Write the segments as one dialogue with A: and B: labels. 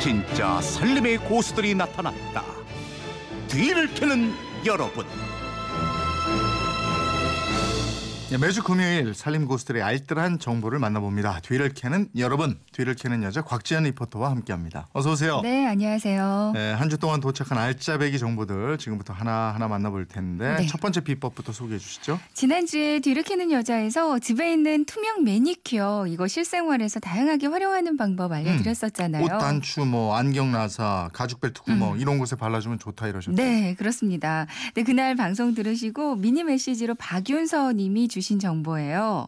A: 진짜 살림의 고수들이 나타났다. 뒤를 캐는 여러분.
B: 예, 매주 금요일 살림 고수들의 알뜰한 정보를 만나봅니다. 뒤를 캐는 여러분, 뒤를 캐는 여자 곽지연 리포터와 함께합니다. 어서 오세요. 예,
C: 네, 안녕하세요.
B: 한 주 동안 도착한 알짜배기 정보들 지금부터 하나하나 만나볼 텐데
C: 네.
B: 첫 번째 비법부터 소개해 주시죠.
C: 지난주에 뒤를 캐는 여자에서 집에 있는 투명 매니큐어 이거 실생활에서 다양하게 활용하는 방법 알려드렸었잖아요.
B: 옷 단추, 뭐 안경 나사, 가죽 벨트 구멍 뭐 이런 곳에 발라주면 좋다 이러셨죠.
C: 음. 네, 그렇습니다. 네, 그날 방송 들으시고 미니 메시지로 박윤서 님이 주신 정보예요.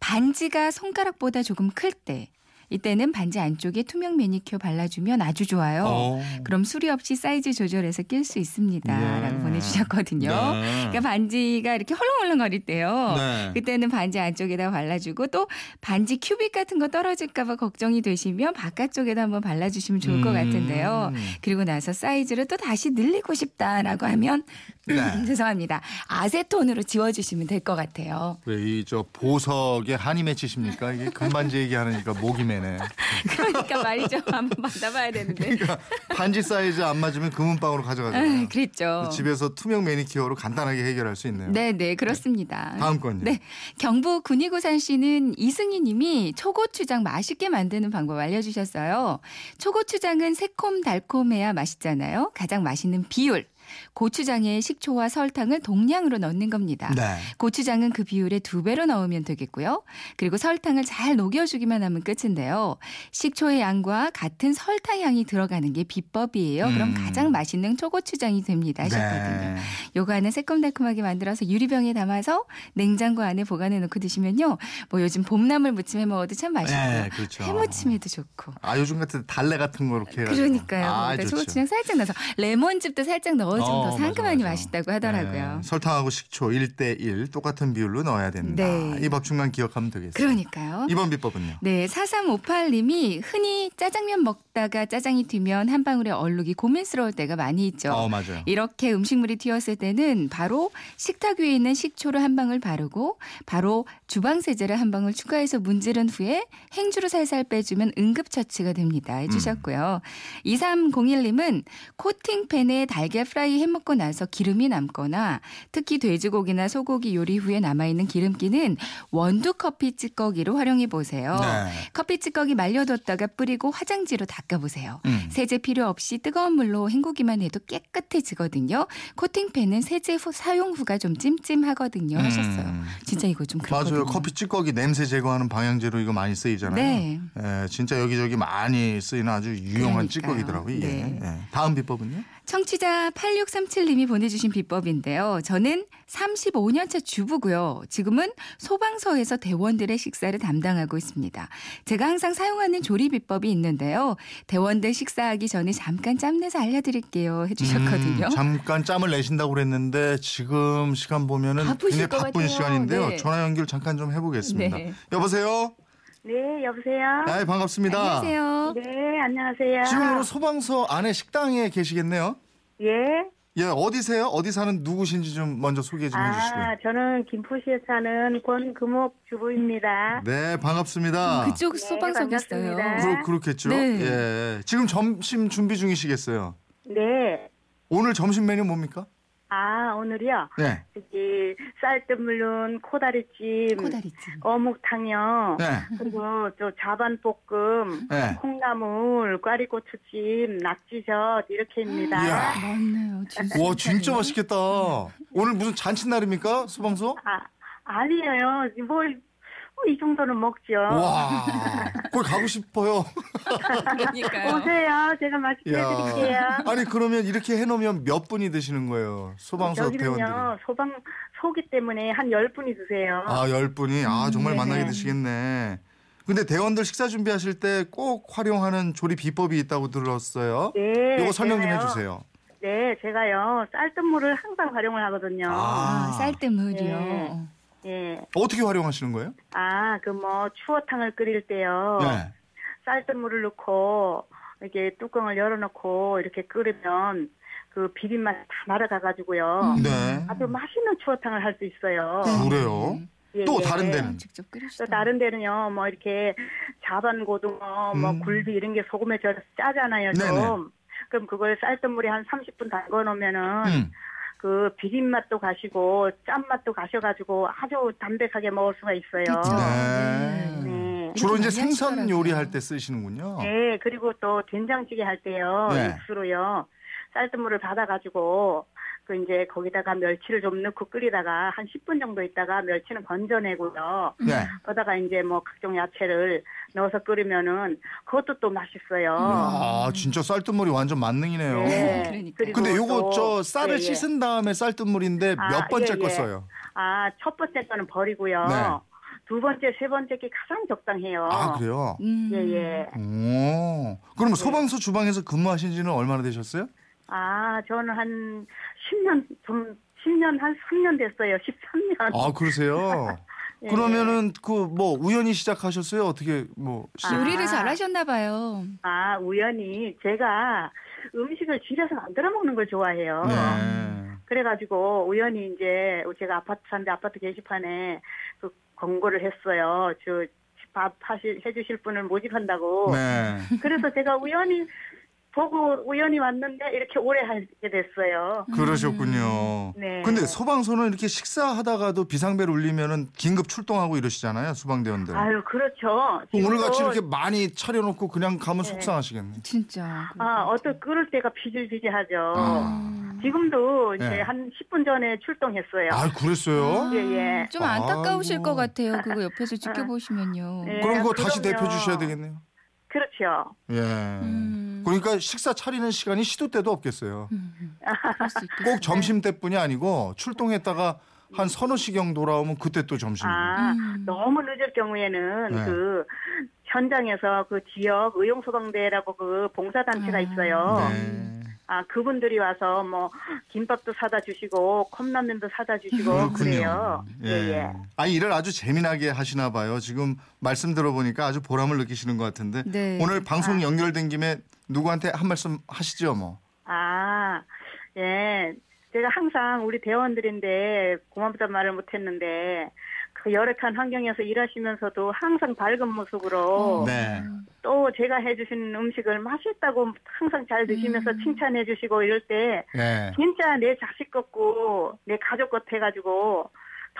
C: 반지가 손가락보다 조금 클 때, 이때는 반지 안쪽에 투명 매니큐어 발라주면 아주 좋아요.
B: 어.
C: 그럼 수리 없이 사이즈 조절해서 낄 수
B: 예.
C: 있습니다. 라고 보내주셨거든요.
B: 네.
C: 그러니까 반지가 이렇게 헐렁헐렁거릴 때요.
B: 네.
C: 그때는 반지 안쪽에다 발라주고 또 반지 큐빅 같은 거 떨어질까봐 걱정이 되시면 바깥쪽에다 한번 발라주시면 좋을 것
B: 음.
C: 같은데요. 그리고 나서 사이즈를 또 다시 늘리고 싶다라고 하면
B: 네.
C: 죄송합니다. 아세톤으로 지워주시면 될 것 같아요.
B: 왜 이 저 보석에 한이 맺히십니까? 이게 금반지 얘기하니까 목이 매네.
C: 그러니까 말이죠. 한번 받아봐야 되는데.
B: 그러니까 반지 사이즈 안 맞으면 금은방으로 가져가잖아요.
C: 아, 그랬죠.
B: 집에서 투명 매니큐어로 간단하게 해결할 수 있네요.
C: 네, 네, 그렇습니다.
B: 다음 건요.
C: 네. 경북 군위구산 씨는 이승희 님이 초고추장 맛있게 만드는 방법 알려주셨어요. 초고추장은 새콤달콤해야 맛있잖아요. 가장 맛있는 비율. 고추장에 식초와 설탕을 동량으로 넣는 겁니다.
B: 네.
C: 고추장은 그 비율의 두 배로 넣으면 되겠고요. 그리고 설탕을 잘 녹여주기만 하면 끝인데요. 식초의 양과 같은 설탕 향이 들어가는 게 비법이에요.
B: 음.
C: 그럼 가장 맛있는 초고추장이 됩니다.
B: 네.
C: 하셨거든요. 요거 하나 새콤달콤하게 만들어서 유리병에 담아서 냉장고 안에 보관해 놓고 드시면요. 뭐 요즘 봄나물 무침 해 먹어도 참 맛있고
B: 네, 그렇죠.
C: 해무침에도 좋고.
B: 아 요즘 같은 데 달래 같은 거 이렇게 해가지고.
C: 그러니까요.
B: 아,
C: 그러니까
B: 좋죠.
C: 초고추장 살짝 넣어서 레몬즙도 살짝 넣어주면
B: 어,
C: 더 상큼하니
B: 맞아, 맞아.
C: 맛있다고 하더라고요.
B: 네, 설탕하고 식초 1대1 똑같은 비율로 넣어야 된다.
C: 네.
B: 이 법중간 기억하면 되겠어요.
C: 그러니까요.
B: 이번 비법은요.
C: 네, 4358님이 흔히 짜장면 먹다가 짜장이 튀면 한 방울의 얼룩이 고민스러울 때가 많이 있죠.
B: 어 맞아요.
C: 이렇게 음식물이 튀었을 때는 바로 식탁 위에 있는 식초를 한 방울 바르고 바로 주방 세제를 한 방울 추가해서 문지른 후에 행주로 살살 빼주면 응급 처치가 됩니다. 해주셨고요.
B: 음.
C: 2301님은 코팅팬에 달걀 프라이 해먹고 나서 기름이 남거나 특히 돼지고기나 소고기 요리 후에 남아있는 기름기는 원두 커피 찌꺼기로 활용해 보세요.
B: 네.
C: 커피 찌꺼기 말려뒀다가 뿌리고 화장지로 닦아보세요.
B: 음.
C: 세제 필요 없이 뜨거운 물로 헹구기만 해도 깨끗해지거든요. 코팅팬은 세제 후, 사용 후가 좀 찜찜하거든요. 하셨어요.
B: 음.
C: 진짜 이거 좀 그렇거든요.
B: 맞아요. 커피 찌꺼기 냄새 제거하는 방향제로 이거 많이 쓰이잖아요.
C: 네.
B: 예, 진짜 여기저기 많이 쓰이는 아주 유용한
C: 그러니까요.
B: 찌꺼기더라고요. 이게.
C: 네.
B: 예. 다음 비법은요?
C: 청취자 8637님이 보내주신 비법인데요. 저는 35년차 주부고요. 지금은 소방서에서 대원들의 식사를 담당하고 있습니다. 제가 항상 사용하는 조리 비법이 있는데요. 대원들 식사하기 전에 잠깐 짬내서 알려드릴게요. 해주셨거든요.
B: 음, 잠깐 짬을 내신다고 그랬는데 지금 시간 보면은
C: 바쁘실
B: 굉장히
C: 것
B: 바쁜
C: 같아요.
B: 시간인데요.
C: 네.
B: 전화 연결 잠깐 좀 해보겠습니다.
C: 네.
B: 여보세요.
D: 네, 여보세요?
B: 아, 반갑습니다.
C: 안녕하세요.
D: 네, 안녕하세요.
B: 아. 지금으로 소방서 안에 식당에 계시겠네요.
D: 예?
B: 예, 어디세요? 어디 사는 누구신지 좀 먼저 소개 좀 해주시고요.
D: 아, 저는 김포시에 사는 권금옥 주부입니다.
B: 네, 반갑습니다.
C: 음, 그쪽 소방서겠어요.
D: 네,
B: 그러,
D: 반갑습니다.
B: 그렇겠죠.
C: 네.
B: 예, 지금 점심 준비 중이시겠어요.
D: 네.
B: 오늘 점심 메뉴 뭡니까?
D: 아, 오늘이요?
B: 네,
D: 저기, 쌀뜨 물론 코다리찜,
C: 코다리찜.
D: 어묵탕요,
B: 네,
D: 그리고 저 자반볶음,
B: 네.
D: 콩나물, 꽈리고추찜, 낙지젓, 이렇게입니다.
B: 이야.
C: 맞네요. 진짜.
B: 와, 진짜 맛있겠다. 오늘 무슨 잔칫날입니까? 소방서?
D: 아, 아니에요. 뭘, 어, 이 정도는 먹죠.
B: 와, 거기 가고 싶어요.
C: 그러니까요.
D: 오세요. 제가 맛있게
B: 야.
D: 해드릴게요.
B: 아니 그러면 이렇게 해놓으면 몇 분이 드시는 거예요? 소방서 대원들이.
D: 여기는요 소방 소기 때문에 한 열 분이 드세요.
B: 아, 열 분이. 아, 정말
D: 음, 네네.
B: 만나게 드시겠네. 근데 대원들 식사 준비하실 때 꼭 활용하는 조리 비법이 있다고 들었어요.
D: 네.
B: 요거 설명 좀
D: 제가요.
B: 해주세요.
D: 네, 제가요 쌀뜨물을 항상 활용을 하거든요.
B: 아.
C: 아, 쌀뜨물이요.
D: 네. 예.
B: 어떻게 활용하시는 거예요?
D: 아, 그 뭐 추어탕을 끓일 때요.
B: 네.
D: 쌀뜨물을 넣고 이렇게 뚜껑을 열어놓고 이렇게 끓으면 그 비린맛 다 날아가가지고요.
B: 네.
D: 아주 맛있는 추어탕을 할 수 있어요.
B: 그래요?
D: 예,
B: 음. 또
D: 예.
B: 다른 데는?
C: 아, 직접 끓이시다.
D: 또 다른 데는요, 뭐 이렇게 자반 고등어, 뭐
B: 음.
D: 굴비 이런 게 소금에 절여서 짜잖아요, 좀.
B: 네네.
D: 그럼 그걸 쌀뜨물에 한 30분 담궈 놓으면은
B: 음.
D: 그 비린맛도 가시고 짠맛도 가셔가지고 아주 담백하게 먹을 수가 있어요.
C: 그쵸.
B: 네.
D: 아, 네.
B: 주로 이제
C: 이렇게 많이
B: 생선
C: 하시더라고요.
B: 요리할 때 쓰시는군요.
D: 네, 그리고 또 된장찌개 할 때요,
B: 네.
D: 육수로요, 쌀뜨물을 받아가지고, 그 이제 거기다가 멸치를 좀 넣고 끓이다가 한 10분 정도 있다가 멸치는 건져내고요.
B: 네.
D: 거다가 이제 뭐 각종 야채를 넣어서 끓이면은 그것도 또 맛있어요.
B: 아 진짜 쌀뜨물이 완전 만능이네요.
C: 그러니까요.
D: 그리고
B: 근데
D: 또-
B: 요거 저 쌀을
D: 예, 예.
B: 씻은 다음에 쌀뜨물인데
D: 아,
B: 몇 번째
D: 예,
B: 거
D: 예.
B: 써요?
D: 아, 첫 번째 거는 버리고요.
B: 네.
D: 두 번째, 세 번째 게 가장 적당해요.
B: 아 그래요?
C: 음.
D: 예, 예.
B: 오. 그럼 소방서 주방에서 근무하신 지는 얼마나 되셨어요?
D: 아, 저는 한 10년, 좀, 10년, 한 3년 됐어요. 13년.
B: 아 그러세요?
D: 예.
B: 그러면은 그 뭐 우연히 시작하셨어요? 어떻게 뭐 시...
D: 아.
C: 요리를 잘하셨나 봐요.
D: 아, 우연히 제가 음식을 집에서 만들어 먹는 걸 좋아해요.
B: 네.
D: 그래가지고 우연히 이제 제가 아파트 사는데 아파트 게시판에 그 광고를 했어요. 저밥 하실 해주실 분을 모집한다고.
B: 네.
D: 그래서 제가 우연히 보고 우연히 왔는데 이렇게 오래 하게 됐어요.
B: 그러셨군요.
D: 네.
B: 근데 소방서는 이렇게 식사하다가도 비상벨 울리면은 긴급 출동하고 이러시잖아요, 수방대원들.
D: 아유 그렇죠.
B: 네. 오늘 같이
D: 지금도,
B: 이렇게 많이 차려놓고 그냥 가면
D: 네.
B: 속상하시겠네.
C: 진짜.
D: 아 어떤 그럴 때가 비질비질하죠.
B: 아.
D: 지금도 이제
B: 네.
D: 한 10분 전에 출동했어요.
B: 아, 그랬어요?
D: 예, 예.
C: 좀 안타까우실
B: 아이고.
C: 것 같아요. 그거 옆에서 지켜보시면요.
D: 예,
B: 그럼 그거 다시
D: 그럼요.
B: 대표 주셔야 되겠네요.
D: 그렇죠.
B: 예.
C: 음.
B: 그러니까 식사 차리는 시간이 시도 때도 없겠어요.
C: 음, 그럴 수 있겠어요.
B: 꼭 점심 때뿐이 아니고 출동했다가 한 서너 시경 돌아오면 그때 또 점심.
D: 아,
C: 음.
D: 너무 늦을 경우에는
B: 네.
D: 그 현장에서 그 지역 의용소방대라고 그 봉사단체가
C: 아,
D: 있어요.
B: 네.
D: 아, 그분들이 와서 뭐 김밥도 사다 주시고 컵라면도 사다
C: 어,
D: 주시고 그래요.
B: 예.
D: 예, 예.
B: 아 일을 아주 재미나게 하시나 봐요. 지금 말씀 들어보니까 아주 보람을 느끼시는 것 같은데
C: 네.
B: 오늘 방송 연결된 김에 누구한테 한 말씀 하시죠, 뭐.
D: 아, 예. 제가 항상 우리 대원들인데 고맙다 말을 못 했는데 그 열악한 환경에서 일하시면서도 항상 밝은 모습으로
B: 네.
D: 또 제가 해주신 음식을 맛있다고 항상 잘 드시면서
C: 음.
D: 칭찬해 주시고 이럴 때
B: 예.
D: 진짜 내 자식 같고 내 가족 같아가지고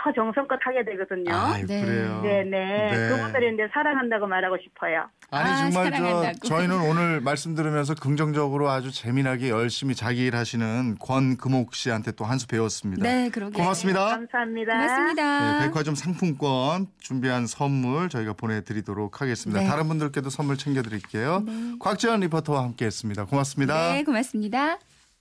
D: 더 정성껏 하게 되거든요.
B: 아,
C: 네.
B: 그래요.
D: 네네.
B: 네.
D: 그분들을 이제 사랑한다고 말하고 싶어요.
B: 아니
C: 아,
B: 정말
C: 사랑한다고.
B: 저 저희는 오늘 말씀 들으면서 긍정적으로 아주 재미나게 열심히 자기 일하시는 권금옥 씨한테 또 한 수 배웠습니다.
C: 네, 그러게.
B: 고맙습니다.
D: 감사합니다.
C: 고맙습니다.
B: 네, 백화점 상품권 준비한 선물 저희가 보내드리도록 하겠습니다.
C: 네.
B: 다른 분들께도 선물 챙겨드릴게요. 곽재현 리포터와 함께했습니다. 고맙습니다.
C: 네, 고맙습니다.